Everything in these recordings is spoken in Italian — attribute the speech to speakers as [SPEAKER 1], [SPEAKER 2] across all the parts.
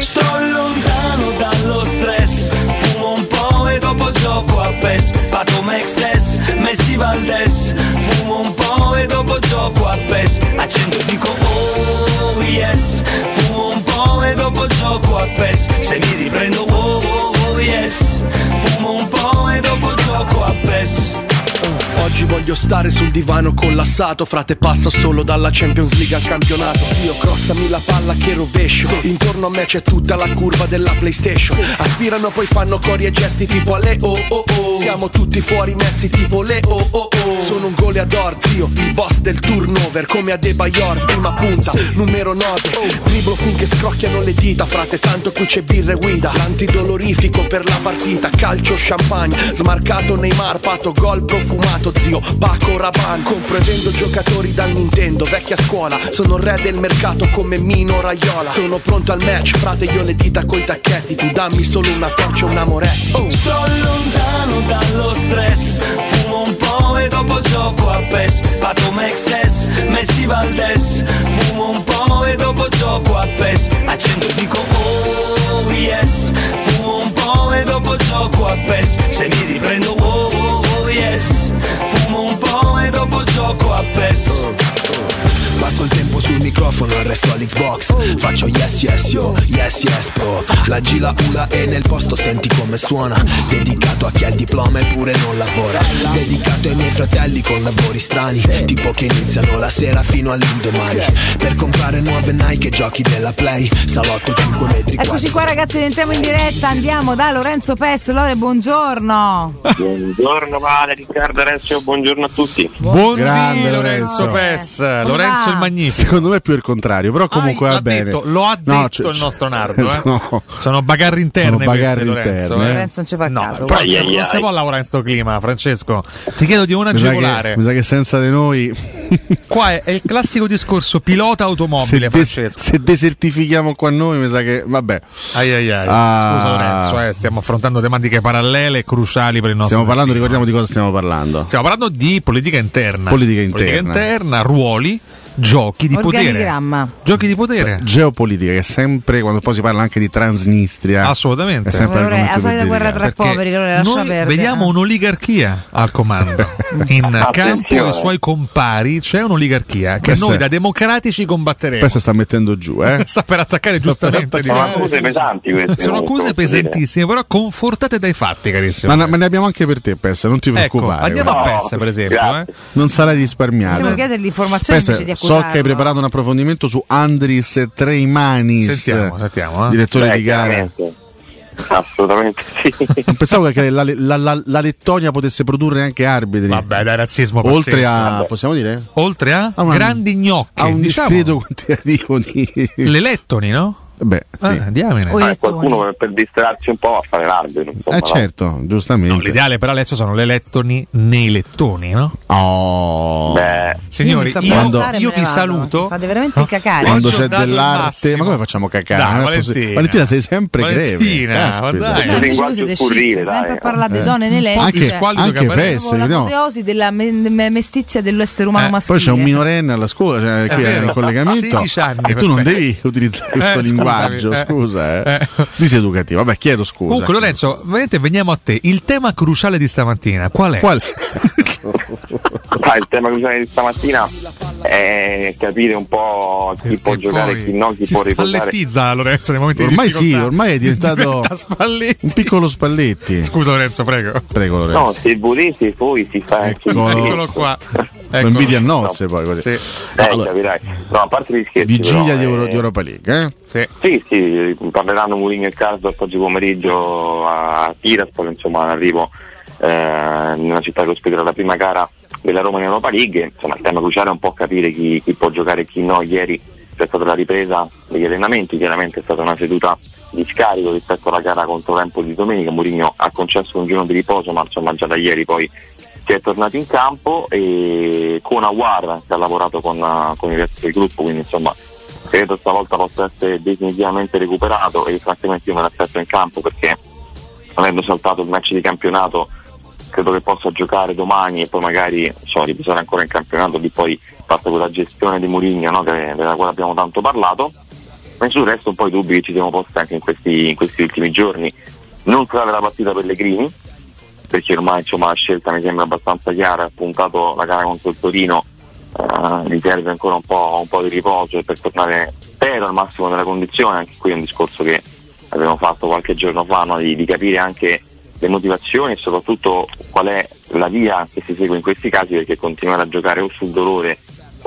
[SPEAKER 1] Sto lontano dallo stress Fumo un po' e dopo gioco a PES Pato Mexes, Messi Valdes Fumo un po' e dopo gioco a PES Accendo e dico oh yes Fumo un po' e dopo gioco a PES Se mi riprendo oh oh oh yes Fumo un po' e dopo gioco a PES
[SPEAKER 2] Oggi voglio stare sul divano collassato Frate passa solo dalla Champions League al campionato Io crossami la palla che rovescio Intorno a me c'è tutta la curva della Playstation Aspirano poi fanno cori e gesti tipo alle oh oh oh Siamo tutti fuori messi tipo le oh oh oh Sono un goleador zio, il boss del turnover Come Adebayor, prima punta, numero 9 Dribblo finché scrocchiano le dita Frate tanto qui c'è birra e guida L'antidolorifico per la partita Calcio, champagne, smarcato nei marpato Gol profumato, zio, Baco Raban Compro e vendo giocatori da Nintendo, vecchia scuola Sono re del mercato come Mino Raiola Sono pronto al match, frate io le dita coi tacchetti Tu dammi solo una torcia, un amore Oh,
[SPEAKER 1] Sto lontano dallo stress Fumo un po' e dopo gioco a PES Pato Mexes, Messi Valdes Fumo un po' e dopo gioco a PES Accendo e dico oh yes Fumo un po' e dopo gioco a PES Se mi riprendo oh oh oh yes Fumo un po' e dopo gioco a PES
[SPEAKER 3] Passo il tempo sul microfono, arresto all'Xbox Faccio yes yes yo, yes yes bro La G la ula e nel posto senti come suona Dedicato a chi ha il diploma eppure non lavora Dedicato ai miei fratelli con lavori strani Tipo che iniziano la sera fino all'indomani Per comprare nuove Nike e giochi della Play Salotto 5 metri
[SPEAKER 4] Eccoci qua ragazzi, entriamo in diretta, andiamo da Lorenzo Pes. Lore, buongiorno.
[SPEAKER 5] Buongiorno Vale, Riccardo Renzo, buongiorno a tutti.
[SPEAKER 6] Buondì
[SPEAKER 7] Grande,
[SPEAKER 6] Lorenzo
[SPEAKER 7] Lorenzo.
[SPEAKER 6] Pes,
[SPEAKER 4] Come
[SPEAKER 6] Lorenzo
[SPEAKER 4] va?
[SPEAKER 6] il Magnifico.
[SPEAKER 7] Secondo me è più il contrario, però comunque
[SPEAKER 6] Ah,
[SPEAKER 7] va
[SPEAKER 6] l'ha
[SPEAKER 7] bene.
[SPEAKER 6] detto- lo ha
[SPEAKER 7] No,
[SPEAKER 6] detto
[SPEAKER 7] c'è-
[SPEAKER 6] il nostro Nardo. eh.
[SPEAKER 7] No.
[SPEAKER 6] Sono bagarre interne.
[SPEAKER 7] Sono
[SPEAKER 6] queste,
[SPEAKER 7] bagarre
[SPEAKER 6] Lorenzo,
[SPEAKER 7] interne,
[SPEAKER 6] eh.
[SPEAKER 7] eh.
[SPEAKER 4] Lorenzo non ci fa
[SPEAKER 6] No,
[SPEAKER 4] caso.
[SPEAKER 6] però
[SPEAKER 5] Ai,
[SPEAKER 6] non
[SPEAKER 5] ai,
[SPEAKER 6] si- non si
[SPEAKER 5] ai.
[SPEAKER 6] può lavorare in sto clima, Francesco. Ti chiedo di una
[SPEAKER 7] Mi sa,
[SPEAKER 6] agevolare.
[SPEAKER 7] che, mi sa che senza di noi,
[SPEAKER 6] Qua è, è il classico discorso pilota
[SPEAKER 7] se,
[SPEAKER 6] automobile,
[SPEAKER 7] des-
[SPEAKER 6] Francesco.
[SPEAKER 7] se desertifichiamo qua noi, mi sa che. Vabbè,
[SPEAKER 6] Ai ai ai.
[SPEAKER 7] Ah.
[SPEAKER 6] Scusa Lorenzo, eh, stiamo affrontando tematiche parallele e cruciali per il nostro
[SPEAKER 7] stiamo parlando,
[SPEAKER 6] destino.
[SPEAKER 7] ricordiamo di cosa stiamo parlando.
[SPEAKER 6] Stiamo parlando di politica interna.
[SPEAKER 7] Politica interna.
[SPEAKER 6] interna, ruoli, giochi di potere.
[SPEAKER 4] Organigramma.
[SPEAKER 6] Giochi di potere.
[SPEAKER 7] Geopolitica, che sempre quando poi si parla anche di Transnistria,
[SPEAKER 6] Assolutamente.
[SPEAKER 7] è sempre
[SPEAKER 4] Allora,
[SPEAKER 7] l'argomento
[SPEAKER 4] la solita
[SPEAKER 7] più
[SPEAKER 4] guerra
[SPEAKER 7] delicato.
[SPEAKER 4] tra
[SPEAKER 6] Perché
[SPEAKER 4] poveri, allora lascia
[SPEAKER 6] noi
[SPEAKER 4] perdere. eh.
[SPEAKER 6] vediamo un'oligarchia al comando in campo e i suoi compari c'è un'oligarchia che
[SPEAKER 7] Questa-
[SPEAKER 6] noi da democratici combatteremo
[SPEAKER 7] Questa sta mettendo giù, eh?
[SPEAKER 6] sta per attaccare giustamente
[SPEAKER 7] attaccare.
[SPEAKER 5] Sono
[SPEAKER 6] diciamo.
[SPEAKER 5] accuse pesanti queste.
[SPEAKER 6] sono
[SPEAKER 5] comunque,
[SPEAKER 6] accuse
[SPEAKER 5] posso dire.
[SPEAKER 6] pesantissime però confortate dai fatti carissimo
[SPEAKER 7] Ma, ma ne abbiamo anche per te, Pessa, non ti
[SPEAKER 6] ecco
[SPEAKER 7] preoccupare.
[SPEAKER 6] andiamo
[SPEAKER 7] guarda.
[SPEAKER 6] a
[SPEAKER 5] No,
[SPEAKER 6] PES per esempio
[SPEAKER 5] grazie.
[SPEAKER 6] eh.
[SPEAKER 7] Non sarai risparmiato.
[SPEAKER 4] Possiamo chiedere l'informazione
[SPEAKER 7] Pessa,
[SPEAKER 4] invece di
[SPEAKER 7] so
[SPEAKER 4] accusarlo.
[SPEAKER 7] che hai preparato un approfondimento su Andris Treimanis,
[SPEAKER 6] sentiamo sentiamo eh.
[SPEAKER 7] direttore
[SPEAKER 5] Beh,
[SPEAKER 7] di gara.
[SPEAKER 5] chiaramente. Assolutamente sì.
[SPEAKER 7] Non pensavo che la, la- la- la Lettonia potesse produrre anche arbitri.
[SPEAKER 6] vabbè dai razzismo
[SPEAKER 7] oltre
[SPEAKER 6] pazzesco.
[SPEAKER 7] a,
[SPEAKER 5] Vabbè.
[SPEAKER 7] possiamo dire?
[SPEAKER 6] oltre a
[SPEAKER 7] A una-
[SPEAKER 6] grandi gnocche
[SPEAKER 7] A un
[SPEAKER 6] diciamo.
[SPEAKER 7] discreto quantitativo di.
[SPEAKER 6] le lettoni no?
[SPEAKER 7] Beh, sì.
[SPEAKER 6] Ah, diamine
[SPEAKER 4] O i
[SPEAKER 5] Eh,
[SPEAKER 4] lettoni.
[SPEAKER 5] qualcuno per- per distrarsi un po' va a fare l'arbitro. insomma,
[SPEAKER 7] Eh,
[SPEAKER 5] no?
[SPEAKER 7] certo, giustamente.
[SPEAKER 6] Oh, No, l'ideale per adesso sono le lettoni nei lettoni no?
[SPEAKER 7] Oh,
[SPEAKER 5] Beh,
[SPEAKER 6] Signori,
[SPEAKER 4] io, mi
[SPEAKER 6] io,
[SPEAKER 4] so pensare,
[SPEAKER 6] io
[SPEAKER 4] me ne
[SPEAKER 6] vi
[SPEAKER 4] vado.
[SPEAKER 6] saluto.
[SPEAKER 4] Fate veramente cacare.
[SPEAKER 7] quando
[SPEAKER 6] Oggi ho
[SPEAKER 7] c'è
[SPEAKER 6] dato il
[SPEAKER 7] dell'arte,
[SPEAKER 6] massimo.
[SPEAKER 7] ma come facciamo a cacare?
[SPEAKER 6] Dai,
[SPEAKER 7] Non è
[SPEAKER 6] Valentina.
[SPEAKER 7] possibile. Valentina, sei sempre
[SPEAKER 6] Valentina,
[SPEAKER 7] greve.
[SPEAKER 6] ma
[SPEAKER 7] Caspita.
[SPEAKER 6] dai.
[SPEAKER 4] No, invece voi
[SPEAKER 5] linguaggio
[SPEAKER 4] siete
[SPEAKER 5] scurrile,
[SPEAKER 4] chic,
[SPEAKER 5] dai.
[SPEAKER 4] sempre a parlare di donne nei letti.
[SPEAKER 7] Anche,
[SPEAKER 4] cioè,
[SPEAKER 6] squallido
[SPEAKER 7] anche
[SPEAKER 6] cabaret.
[SPEAKER 7] Pes,
[SPEAKER 4] proprio
[SPEAKER 7] vediamo.
[SPEAKER 4] l'apoteosi della me- me- mestizia dell'essere umano
[SPEAKER 6] Eh,
[SPEAKER 4] maschile.
[SPEAKER 7] Poi c'è un minorenne alla scuola, cioè, qui
[SPEAKER 6] vero.
[SPEAKER 7] è in collegamento.
[SPEAKER 6] 16 anni,
[SPEAKER 7] e tu non
[SPEAKER 6] perfetto.
[SPEAKER 7] devi utilizzare
[SPEAKER 6] Eh,
[SPEAKER 7] questo
[SPEAKER 6] scusami,
[SPEAKER 7] linguaggio,
[SPEAKER 6] eh.
[SPEAKER 7] scusa, eh.
[SPEAKER 6] Eh.
[SPEAKER 7] Diseducativo. Vabbè, chiedo scusa.
[SPEAKER 6] Comunque, Lorenzo, veramente veniamo a te. Il tema cruciale di stamattina qual è?
[SPEAKER 7] Qual-
[SPEAKER 5] sai, il tema cruciale di stamattina è capire un po' chi
[SPEAKER 6] Perché
[SPEAKER 5] può giocare,
[SPEAKER 6] poi
[SPEAKER 5] chi no, chi
[SPEAKER 6] si
[SPEAKER 5] può riposare.
[SPEAKER 6] spallettizza Lorenzo nei momenti
[SPEAKER 7] Ormai
[SPEAKER 6] di
[SPEAKER 7] sì,
[SPEAKER 6] difficoltà.
[SPEAKER 7] ormai è diventato
[SPEAKER 6] Diventa Spalletti.
[SPEAKER 7] un piccolo Spalletti.
[SPEAKER 6] Scusa Lorenzo, prego.
[SPEAKER 7] Prego, Lorenzo.
[SPEAKER 5] No, se volete poi si fa anche
[SPEAKER 7] Eccolo.
[SPEAKER 5] il-
[SPEAKER 6] Eccolo qua.
[SPEAKER 7] Lo
[SPEAKER 6] Eccolo.
[SPEAKER 7] inviti a nozze poi così.
[SPEAKER 6] Ecco. Sì,
[SPEAKER 5] Eh,
[SPEAKER 7] Allora,
[SPEAKER 5] capirai. No, a parte gli scherzi.
[SPEAKER 7] vigilia
[SPEAKER 5] però,
[SPEAKER 7] di, Euro-
[SPEAKER 5] eh,
[SPEAKER 7] di Europa League, eh?
[SPEAKER 6] sì.
[SPEAKER 5] Sì, sì, parleranno Mourinho e Carlos oggi pomeriggio a Tiraspol, insomma, all'arrivo eh, nella città che ospiterà la prima gara della Roma in Europa League. Insomma, il tema cruciale è un po' capire chi, chi può giocare e chi no. Ieri c'è stata la ripresa degli allenamenti, chiaramente è stata una seduta di scarico rispetto alla gara contro Empoli di domenica. Mourinho ha concesso un giorno di riposo, ma insomma già da ieri poi si è tornato in campo e con Awar che ha lavorato con, eh, con il resto del gruppo, quindi insomma credo stavolta possa essere definitivamente recuperato e francamente io me l'aspetto in campo perché avendo saltato il match di campionato credo che possa giocare domani e poi magari so, riposare ancora in campionato lì poi parte quella gestione di Mourinho no, che- della quale abbiamo tanto parlato ma sul resto un po' i dubbi che ci siamo posti anche in questi, in questi ultimi giorni non sarà la partita Pellegrini perché ormai insomma, la scelta mi sembra abbastanza chiara ha puntato la gara contro il Torino eh, mi serve ancora un po', un po' di riposo per tornare spero al massimo della condizione anche qui è un discorso che abbiamo fatto qualche giorno fa no, di, di capire anche le motivazioni e soprattutto qual è la via che si segue in questi casi perché continuare a giocare o sul dolore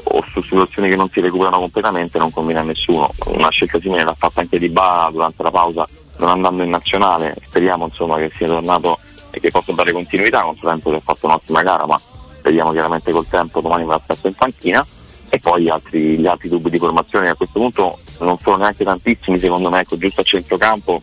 [SPEAKER 5] o su situazioni che non si recuperano completamente non conviene a nessuno. Una scelta simile l'ha fatta anche Di Bala durante la pausa non andando in nazionale, speriamo insomma che sia tornato e che possa dare continuità, con tempo che ha fatto un'ottima gara, ma speriamo chiaramente col tempo domani verrà spesso in panchina e poi altri- gli altri dubbi di formazione che a questo punto non sono neanche tantissimi, secondo me ecco giusto a centrocampo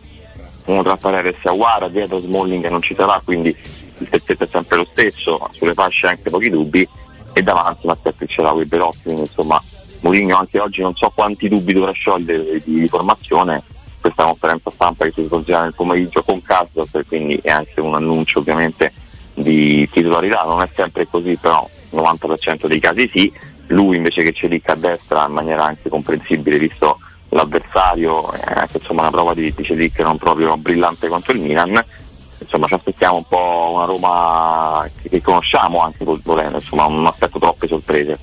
[SPEAKER 5] uno tra Paredes e Aguara, dietro Smalling che non ci sarà, quindi il terzetto è sempre lo stesso, sulle fasce anche pochi dubbi e davanti mi aspetto che ce l'ha quei Belotti, quindi insomma Mourinho anche oggi non so quanti dubbi dovrà sciogliere di formazione, questa conferenza stampa che si svolgerà nel pomeriggio con Casdorf, quindi è anche un annuncio ovviamente di titolarità, non è sempre così, però nel 90% dei casi sì, lui invece che c'è lì a destra in maniera anche comprensibile visto l'avversario, eh, anche, insomma una prova di, di Celic non proprio brillante contro il Milan, insomma ci aspettiamo un po' una Roma che, che conosciamo anche col volendo, insomma non aspetto troppe sorprese.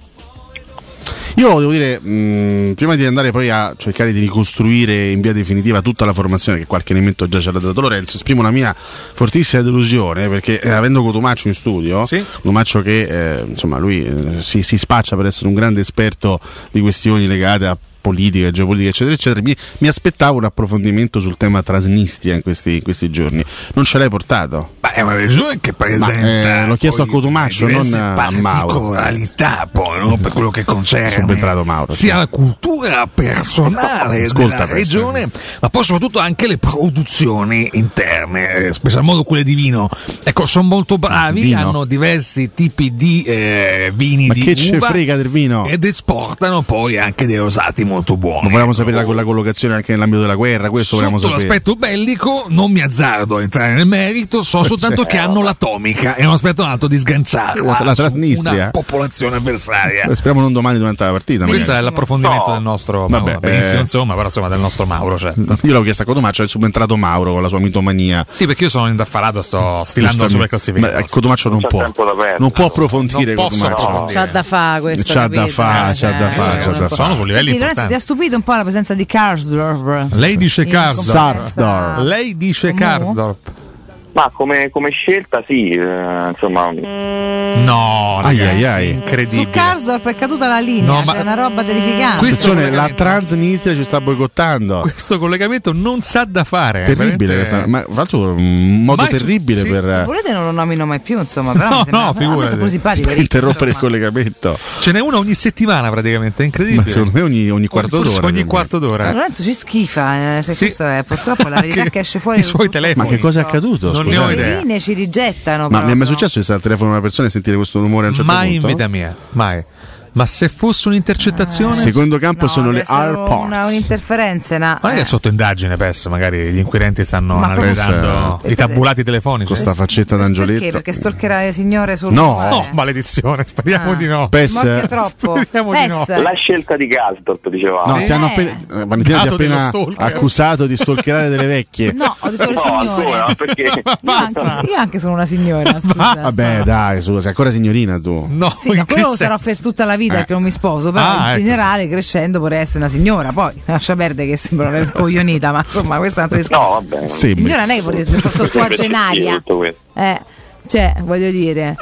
[SPEAKER 7] Io devo dire, mh, prima di andare poi a cercare di ricostruire in via definitiva tutta la formazione, che qualche elemento già ce l'ha dato Lorenzo, esprimo la mia fortissima delusione perché eh, avendo Cotumaccio in studio, Cotumaccio che eh, insomma lui eh, si, si spaccia per essere un grande esperto di questioni legate a politica, geopolitica, eccetera, eccetera, mi, mi aspettavo un approfondimento sul tema Trasnistria in questi, in questi giorni. Non ce l'hai portato?
[SPEAKER 8] Ma è una regione che
[SPEAKER 7] Ma,
[SPEAKER 8] presenta
[SPEAKER 7] eh, l'ho chiesto a Cotumaccio, non
[SPEAKER 8] diverse
[SPEAKER 7] a Mauro.
[SPEAKER 8] particolarità poi, no? per quello che concerne
[SPEAKER 7] Subentrato Mauro. sì.
[SPEAKER 8] sia la cultura personale
[SPEAKER 7] Ascolta,
[SPEAKER 8] della
[SPEAKER 7] per
[SPEAKER 8] regione, ma poi soprattutto anche le produzioni interne, eh, spesso al modo quelle di vino. Ecco, sono molto bravi,
[SPEAKER 7] Vino?
[SPEAKER 8] hanno diversi tipi di eh, vini
[SPEAKER 7] Ma
[SPEAKER 8] di
[SPEAKER 7] che ce
[SPEAKER 8] uva
[SPEAKER 7] frega del vino?
[SPEAKER 8] ed esportano poi anche dei rosati molto buoni.
[SPEAKER 7] Ma volevamo sapere la, la collocazione anche nell'ambito della guerra, questo volevamo
[SPEAKER 8] Sotto
[SPEAKER 7] sapere.
[SPEAKER 8] l'aspetto bellico non mi azzardo a entrare nel merito, so soltanto che hanno l'atomica e non aspetto un altro di
[SPEAKER 7] La-
[SPEAKER 8] sganciarla
[SPEAKER 7] Cioè. la
[SPEAKER 8] su
[SPEAKER 7] Transnistria.
[SPEAKER 8] una popolazione avversaria.
[SPEAKER 7] Beh, Eh, speriamo non domani durante la partita.
[SPEAKER 6] Questo è
[SPEAKER 7] magari.
[SPEAKER 6] l'approfondimento del nostro Mauro.
[SPEAKER 7] Vabbè,
[SPEAKER 6] Benissimo,
[SPEAKER 7] eh.
[SPEAKER 6] insomma, però insomma del nostro Mauro, certo.
[SPEAKER 7] Io l'ho chiesto a Cotomaccio, è subentrato Mauro con la sua mitomania.
[SPEAKER 6] Sì, perché io sono indaffarato, sto stilando la
[SPEAKER 7] Giustamente.
[SPEAKER 6] superclassifica.
[SPEAKER 7] Ma, eh, Cotomaccio non
[SPEAKER 5] C'è
[SPEAKER 7] può.
[SPEAKER 5] tempo da perdere.
[SPEAKER 7] Non può approfondire
[SPEAKER 6] Non posso
[SPEAKER 7] Cotomaccio.
[SPEAKER 6] approfondire.
[SPEAKER 9] C'ha da fa questo.
[SPEAKER 7] C'ha
[SPEAKER 9] capito?
[SPEAKER 7] da fa,
[SPEAKER 9] Eh,
[SPEAKER 7] c'ha Cioè, da
[SPEAKER 9] eh,
[SPEAKER 7] fa,
[SPEAKER 9] eh,
[SPEAKER 7] c'ha da fa.
[SPEAKER 6] Sono su livelli
[SPEAKER 4] Senti, Lorenzo, ti ha
[SPEAKER 6] importanti.
[SPEAKER 4] stupito un po' la presenza di Karsdorp.
[SPEAKER 6] Lei dice
[SPEAKER 4] In
[SPEAKER 6] Karsdorp.
[SPEAKER 4] conferenza.
[SPEAKER 7] Karsdorp.
[SPEAKER 6] Lei dice
[SPEAKER 4] Mu?
[SPEAKER 6] Karsdorp.
[SPEAKER 5] Ma come, come scelta sì, eh, insomma
[SPEAKER 6] No,
[SPEAKER 7] Ai,
[SPEAKER 6] ragazzi,
[SPEAKER 7] ai, ai.
[SPEAKER 4] Su
[SPEAKER 6] incredibile.
[SPEAKER 4] Karsdorp è caduta la linea,
[SPEAKER 6] No, ma-
[SPEAKER 4] c'è una roba terrificante.
[SPEAKER 6] Questo-
[SPEAKER 7] Attenzione, Eh, la
[SPEAKER 6] collegamento.
[SPEAKER 7] Transnistria ci sta boicottando.
[SPEAKER 6] Questo collegamento non sa da fare. eh, veramente.
[SPEAKER 7] Terribile, questa, ma tra l'altro un modo
[SPEAKER 6] Mai su-
[SPEAKER 7] terribile
[SPEAKER 6] sì.
[SPEAKER 7] per,
[SPEAKER 4] Se
[SPEAKER 7] eh,
[SPEAKER 4] volete non lo nomino mai più, insomma, però
[SPEAKER 6] No,
[SPEAKER 4] mi sembra
[SPEAKER 6] no,
[SPEAKER 4] a me
[SPEAKER 6] figurati.
[SPEAKER 4] sembra simpatico.
[SPEAKER 7] per
[SPEAKER 4] Ricchi,
[SPEAKER 7] interrompere il
[SPEAKER 4] insomma.
[SPEAKER 7] collegamento.
[SPEAKER 6] Ce n'è uno ogni settimana praticamente, è incredibile.
[SPEAKER 7] Ma secondo me ogni, ogni quarto
[SPEAKER 6] Forse
[SPEAKER 7] d'ora.
[SPEAKER 6] Ogni
[SPEAKER 7] quindi.
[SPEAKER 6] quarto d'ora.
[SPEAKER 4] Lorenzo ci schifa, eh, cioè,
[SPEAKER 6] Sì.
[SPEAKER 4] questo è purtroppo la verità
[SPEAKER 6] Anche
[SPEAKER 4] che esce fuori.
[SPEAKER 6] i suoi telefoni.
[SPEAKER 7] Ma che cosa è accaduto?
[SPEAKER 6] Non ne ho
[SPEAKER 7] Scusate.
[SPEAKER 6] idea.
[SPEAKER 4] Le linee ci rigettano.
[SPEAKER 7] Ma mi è mai
[SPEAKER 4] proprio.
[SPEAKER 7] successo di stare al telefono a una persona e sentire questo rumore a un certo
[SPEAKER 6] mai
[SPEAKER 7] punto?
[SPEAKER 6] in vita mia, mai. Ma se fosse un'intercettazione.
[SPEAKER 7] Secondo campo
[SPEAKER 4] No,
[SPEAKER 7] sono
[SPEAKER 4] deve
[SPEAKER 7] le
[SPEAKER 4] essere una-
[SPEAKER 7] AirPods.
[SPEAKER 4] Un'interferenza, no.
[SPEAKER 6] Ma non è che è
[SPEAKER 4] Eh.
[SPEAKER 6] sotto indagine PES, magari gli inquirenti stanno
[SPEAKER 4] Ma
[SPEAKER 6] analizzando
[SPEAKER 4] pensa-
[SPEAKER 6] i tabulati telefonici.
[SPEAKER 7] Questa faccetta
[SPEAKER 4] Perché?
[SPEAKER 7] d'angioletto.
[SPEAKER 4] Perché stalkerà le signore sul
[SPEAKER 7] No.
[SPEAKER 4] mare?
[SPEAKER 6] No, maledizione, speriamo
[SPEAKER 4] Eh. Ah.
[SPEAKER 6] di no.
[SPEAKER 7] PES.
[SPEAKER 4] Smorchia troppo.
[SPEAKER 6] Speriamo di no.
[SPEAKER 4] Pes.
[SPEAKER 5] la scelta di Gasdorp dicevamo.
[SPEAKER 7] No, ti hanno
[SPEAKER 4] Eh.
[SPEAKER 7] appena, eh, Valentina ti ha
[SPEAKER 6] Dato dello
[SPEAKER 7] appena
[SPEAKER 6] stalker.
[SPEAKER 7] accusato di stalkerare delle vecchie.
[SPEAKER 4] No, ho detto le
[SPEAKER 5] No, ancora,
[SPEAKER 4] signore.
[SPEAKER 5] perché
[SPEAKER 4] Io anche, io anche sono una signora, scusa.
[SPEAKER 7] Vabbè, dai, su, sei ancora signorina tu.
[SPEAKER 6] No,
[SPEAKER 4] Sì, ma
[SPEAKER 6] in che
[SPEAKER 4] quello
[SPEAKER 6] senso?
[SPEAKER 4] sarò per tutta la vita
[SPEAKER 7] Eh.
[SPEAKER 4] perché non mi sposo, però
[SPEAKER 6] Ah,
[SPEAKER 4] in
[SPEAKER 6] ecco.
[SPEAKER 4] generale crescendo vorrei essere una signora, poi lascia perdere che sembra una coglionita, ma insomma questo è un altro
[SPEAKER 5] no,
[SPEAKER 4] discorso.
[SPEAKER 5] vabbè.
[SPEAKER 7] Sì,
[SPEAKER 4] Signora non è che vorrei sotto tua
[SPEAKER 5] Perché sì,
[SPEAKER 4] genaria.
[SPEAKER 5] tutto questo.
[SPEAKER 4] Eh, cioè, voglio Eh, dire,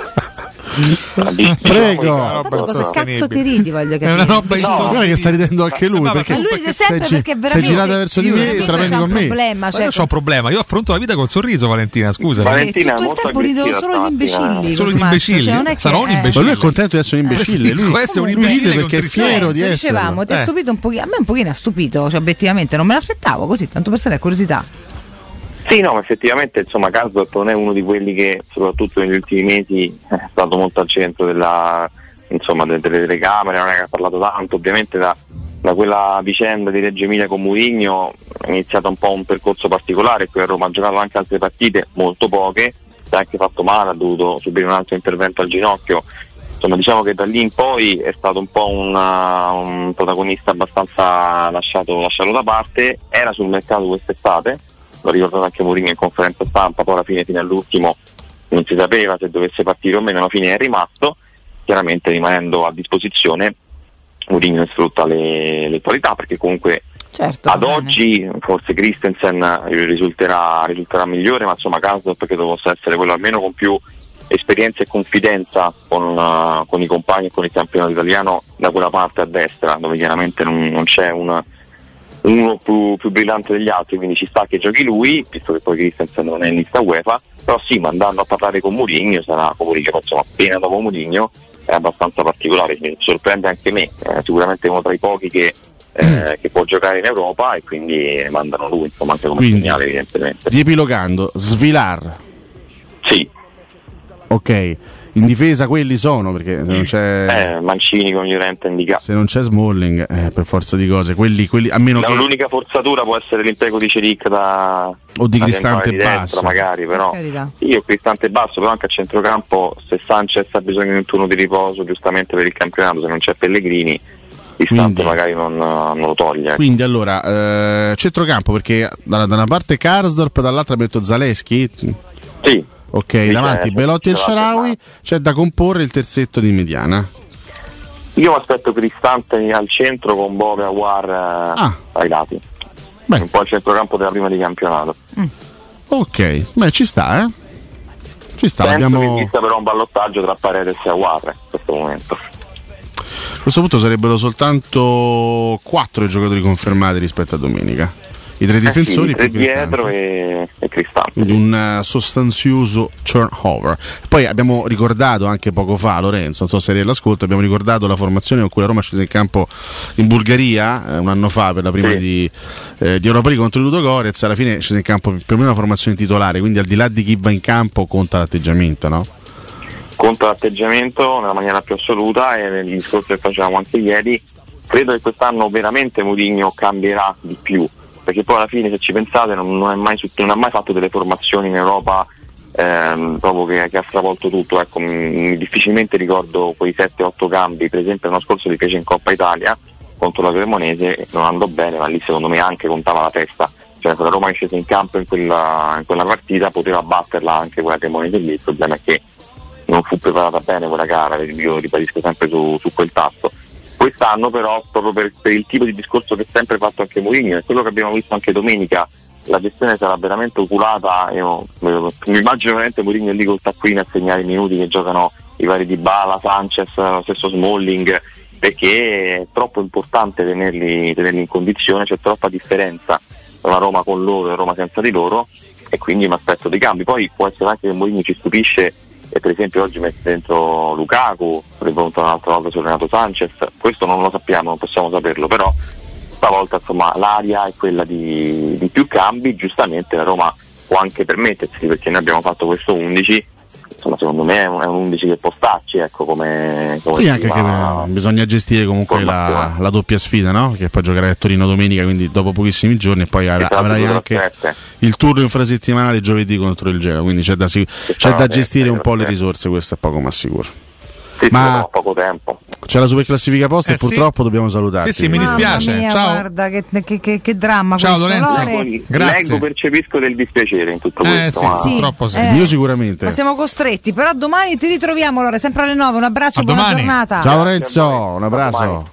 [SPEAKER 7] Prego.
[SPEAKER 4] Tanto cosa cazzo ti ridi, voglio capire.
[SPEAKER 7] Guarda che sta ridendo anche lui.
[SPEAKER 4] Ma
[SPEAKER 7] perché
[SPEAKER 4] lui ride sempre
[SPEAKER 7] sei,
[SPEAKER 4] perché veramente
[SPEAKER 7] sei girata verso di
[SPEAKER 4] io
[SPEAKER 7] me
[SPEAKER 4] non
[SPEAKER 7] e
[SPEAKER 4] so se
[SPEAKER 7] travieni
[SPEAKER 4] c'è
[SPEAKER 7] con
[SPEAKER 4] un
[SPEAKER 7] me.
[SPEAKER 4] problema,
[SPEAKER 6] Ma
[SPEAKER 4] cioè,
[SPEAKER 6] io ho un problema, io affronto la vita col sorriso, Valentina. Scusa,
[SPEAKER 5] Valentina è
[SPEAKER 4] tutto il
[SPEAKER 5] molto
[SPEAKER 4] tempo ridono
[SPEAKER 5] aggressiva eh.
[SPEAKER 4] solo gli
[SPEAKER 5] stamattina,
[SPEAKER 4] imbecilli. Tommaso,
[SPEAKER 6] Solo gli imbecilli?
[SPEAKER 4] cioè, non è che-
[SPEAKER 6] Sarò un
[SPEAKER 4] eh.
[SPEAKER 7] Ma
[SPEAKER 6] imbecille.
[SPEAKER 7] lui è contento di essere un imbecille.
[SPEAKER 6] Preferisco
[SPEAKER 7] Lui,
[SPEAKER 6] essere un
[SPEAKER 7] lui
[SPEAKER 6] imbecille
[SPEAKER 7] ride
[SPEAKER 6] che
[SPEAKER 7] perché
[SPEAKER 6] un
[SPEAKER 7] è fiero di
[SPEAKER 4] Lorenzo, Cioè, dicevamo,
[SPEAKER 7] essere.
[SPEAKER 4] ti ha
[SPEAKER 6] Eh.
[SPEAKER 4] stupito un pochino, a me un pochino ha stupito, cioè obiettivamente non me l'aspettavo così, tanto per sapere curiosità.
[SPEAKER 5] Sì, no, ma effettivamente insomma Casdorp non è uno di quelli che soprattutto negli ultimi mesi è stato molto al centro della, insomma, delle delle telecamere, non è che ha parlato tanto, ovviamente da, da quella vicenda di Reggio Emilia con Mourinho è iniziato un po' un percorso particolare, qui a Roma ha giocato anche altre partite, molto poche, si è anche fatto male, ha dovuto subire un altro intervento al ginocchio, insomma diciamo che da lì in poi è stato un po' una- un protagonista abbastanza lasciato, lasciato da parte, era sul mercato quest'estate, l'ha ricordato anche Mourinho in conferenza stampa, poi alla fine fino all'ultimo non si sapeva se dovesse partire o meno, alla fine è rimasto, chiaramente rimanendo a disposizione Mourinho sfrutta le, le qualità perché comunque
[SPEAKER 4] Certo.
[SPEAKER 5] ad
[SPEAKER 4] bene.
[SPEAKER 5] oggi forse Christensen risulterà, risulterà migliore, ma insomma Gasdorp credo possa essere quello almeno con più esperienza e confidenza con, eh, con i compagni e con il campionato italiano da quella parte a destra, dove chiaramente non, non c'è un- uno più, più brillante degli altri, quindi ci sta che giochi lui, visto che poi Christensen non è in lista UEFA, però sì, ma andando a parlare con Mourinho sarà con Mourinho, insomma appena dopo Mourinho è abbastanza particolare, mi sorprende anche me, eh, sicuramente uno tra i pochi che, eh, che può giocare in Europa e quindi mandano lui, insomma anche come
[SPEAKER 7] Quindi.
[SPEAKER 5] segnale evidentemente.
[SPEAKER 7] Riepilogando, Svilar,
[SPEAKER 5] Sì,
[SPEAKER 7] ok. In difesa quelli sono perché se non c'è,
[SPEAKER 5] eh, Mancini con Llorente indica.
[SPEAKER 7] se non c'è Smalling, eh, per forza di cose, quelli, quelli a meno
[SPEAKER 5] No,
[SPEAKER 7] che
[SPEAKER 5] l'unica forzatura può essere l'impiego di Celic da
[SPEAKER 7] O di
[SPEAKER 5] da
[SPEAKER 7] Cristante
[SPEAKER 5] triangolare di destra,
[SPEAKER 7] basso.
[SPEAKER 5] magari però
[SPEAKER 4] Carità.
[SPEAKER 5] io Cristante basso però anche a centrocampo se Sanchez ha bisogno di un turno di riposo giustamente per il campionato se non c'è Pellegrini
[SPEAKER 7] Quindi.
[SPEAKER 5] Cristante magari non, non lo toglie
[SPEAKER 7] Quindi allora, eh, centrocampo perché da, da una parte Karsdorp, dall'altra metto Zaleschi.
[SPEAKER 5] sì
[SPEAKER 7] Ok,
[SPEAKER 5] Sì,
[SPEAKER 7] davanti
[SPEAKER 5] certo,
[SPEAKER 7] Belotti e
[SPEAKER 5] ce l'ha
[SPEAKER 7] Sharawi, c'è da comporre il terzetto di mediana.
[SPEAKER 5] io mi aspetto Cristante al centro con Bove Aguar eh,
[SPEAKER 7] Ah.
[SPEAKER 5] ai lati
[SPEAKER 7] Beh.
[SPEAKER 5] un po' al centrocampo della prima di campionato
[SPEAKER 7] Ok, beh ci sta, eh. Ci sta,
[SPEAKER 5] penso
[SPEAKER 7] abbiamo...
[SPEAKER 5] che esista però un ballottaggio tra Paredes e Aguar in questo momento
[SPEAKER 7] A questo punto sarebbero soltanto quattro i giocatori confermati rispetto a domenica. I tre
[SPEAKER 5] Eh
[SPEAKER 7] difensori
[SPEAKER 5] sì, tre
[SPEAKER 7] più Cristante.
[SPEAKER 5] dietro e, e Cristante
[SPEAKER 7] Quindi un eh, sostanzioso turnover. Poi abbiamo ricordato anche poco fa, Lorenzo, non so se eri all'ascolto, abbiamo ricordato la formazione con cui la Roma è scesa in campo in Bulgaria eh, un anno fa per la prima
[SPEAKER 5] Sì.
[SPEAKER 7] di, eh, di Europa League contro Ludogorets, alla fine è scesa in campo più o meno la formazione titolare, quindi al di là di chi va in campo conta l'atteggiamento, no?
[SPEAKER 5] conta l'atteggiamento nella maniera più assoluta e nel discorso che facevamo anche ieri credo che quest'anno veramente Mourinho cambierà di più perché poi alla fine se ci pensate non, non è mai su- non ha mai fatto delle formazioni in Europa ehm, proprio che, che ha stravolto tutto ecco, mi- difficilmente ricordo quei 7-8 cambi per esempio l'anno scorso li fece in Coppa Italia contro la Cremonese non andò bene ma lì secondo me anche contava la testa cioè se la Roma è scesa in campo in quella, in quella partita poteva batterla anche quella Cremonese lì il problema è che non fu preparata bene quella gara, io ribadisco sempre su, su quel tasto. Quest'anno però, proprio per, per il tipo di discorso che ha sempre fatto anche Mourinho e quello che abbiamo visto anche domenica, la gestione sarà veramente oculata, io, eh, mi immagino veramente Mourinho lì col taccuino a segnare i minuti che giocano i vari Di Bala, Sanchez, lo stesso Smalling, perché è troppo importante tenerli, tenerli in condizione, c'è troppa differenza tra una Roma con loro e una Roma senza di loro e quindi mi aspetto dei cambi. Poi può essere anche che Mourinho ci stupisce e per esempio oggi mette dentro Lukaku, riponta un'altra volta su Renato Sanchez, questo non lo sappiamo, non possiamo saperlo, però stavolta insomma l'aria è quella di, di più cambi, giustamente la Roma può anche permettersi perché noi abbiamo fatto questo 11, insomma secondo me è un, è un 11 che può starci, ecco come... come
[SPEAKER 7] Sì, anche che
[SPEAKER 5] prima-
[SPEAKER 7] eh, bisogna gestire comunque la,
[SPEAKER 5] Formazione.
[SPEAKER 7] la doppia sfida, no? Perché poi giocherai a Torino domenica, quindi dopo pochissimi giorni e poi avrai-
[SPEAKER 5] sarà
[SPEAKER 7] avrai
[SPEAKER 5] tutto
[SPEAKER 7] anche
[SPEAKER 5] trasferte.
[SPEAKER 7] il turno infrasettimanale giovedì contro il Gela, quindi c'è da, si- c'è
[SPEAKER 5] sarà
[SPEAKER 7] da
[SPEAKER 5] trasferte,
[SPEAKER 7] gestire un po' le
[SPEAKER 5] trasferte.
[SPEAKER 7] risorse, questo è poco ma sicuro.
[SPEAKER 5] Sì, sì,
[SPEAKER 7] Ma-
[SPEAKER 5] no, poco tempo.
[SPEAKER 7] C'è la super classifica posta
[SPEAKER 6] Eh
[SPEAKER 7] e
[SPEAKER 6] sì.
[SPEAKER 7] purtroppo dobbiamo salutarti.
[SPEAKER 6] Sì, sì, mi
[SPEAKER 4] Mamma
[SPEAKER 6] dispiace,
[SPEAKER 4] mia,
[SPEAKER 6] ciao.
[SPEAKER 4] Guarda che, che, che, che dramma
[SPEAKER 6] Ciao,
[SPEAKER 4] questo,
[SPEAKER 6] Lorenzo.
[SPEAKER 4] Lore.
[SPEAKER 6] Grazie.
[SPEAKER 5] Leggo, percepisco del dispiacere in tutto
[SPEAKER 6] Eh
[SPEAKER 5] questo.
[SPEAKER 6] sì,
[SPEAKER 5] ma-
[SPEAKER 4] Sì,
[SPEAKER 6] purtroppo sì.
[SPEAKER 4] eh.
[SPEAKER 7] Io sicuramente.
[SPEAKER 4] Ma siamo costretti, però domani ti ritroviamo Lore, sempre alle 9, un abbraccio,
[SPEAKER 6] A
[SPEAKER 4] buona
[SPEAKER 6] domani.
[SPEAKER 4] giornata.
[SPEAKER 6] Ah.
[SPEAKER 7] Ciao Lorenzo,
[SPEAKER 5] Grazie a voi.
[SPEAKER 7] un
[SPEAKER 5] A domani.
[SPEAKER 7] abbraccio.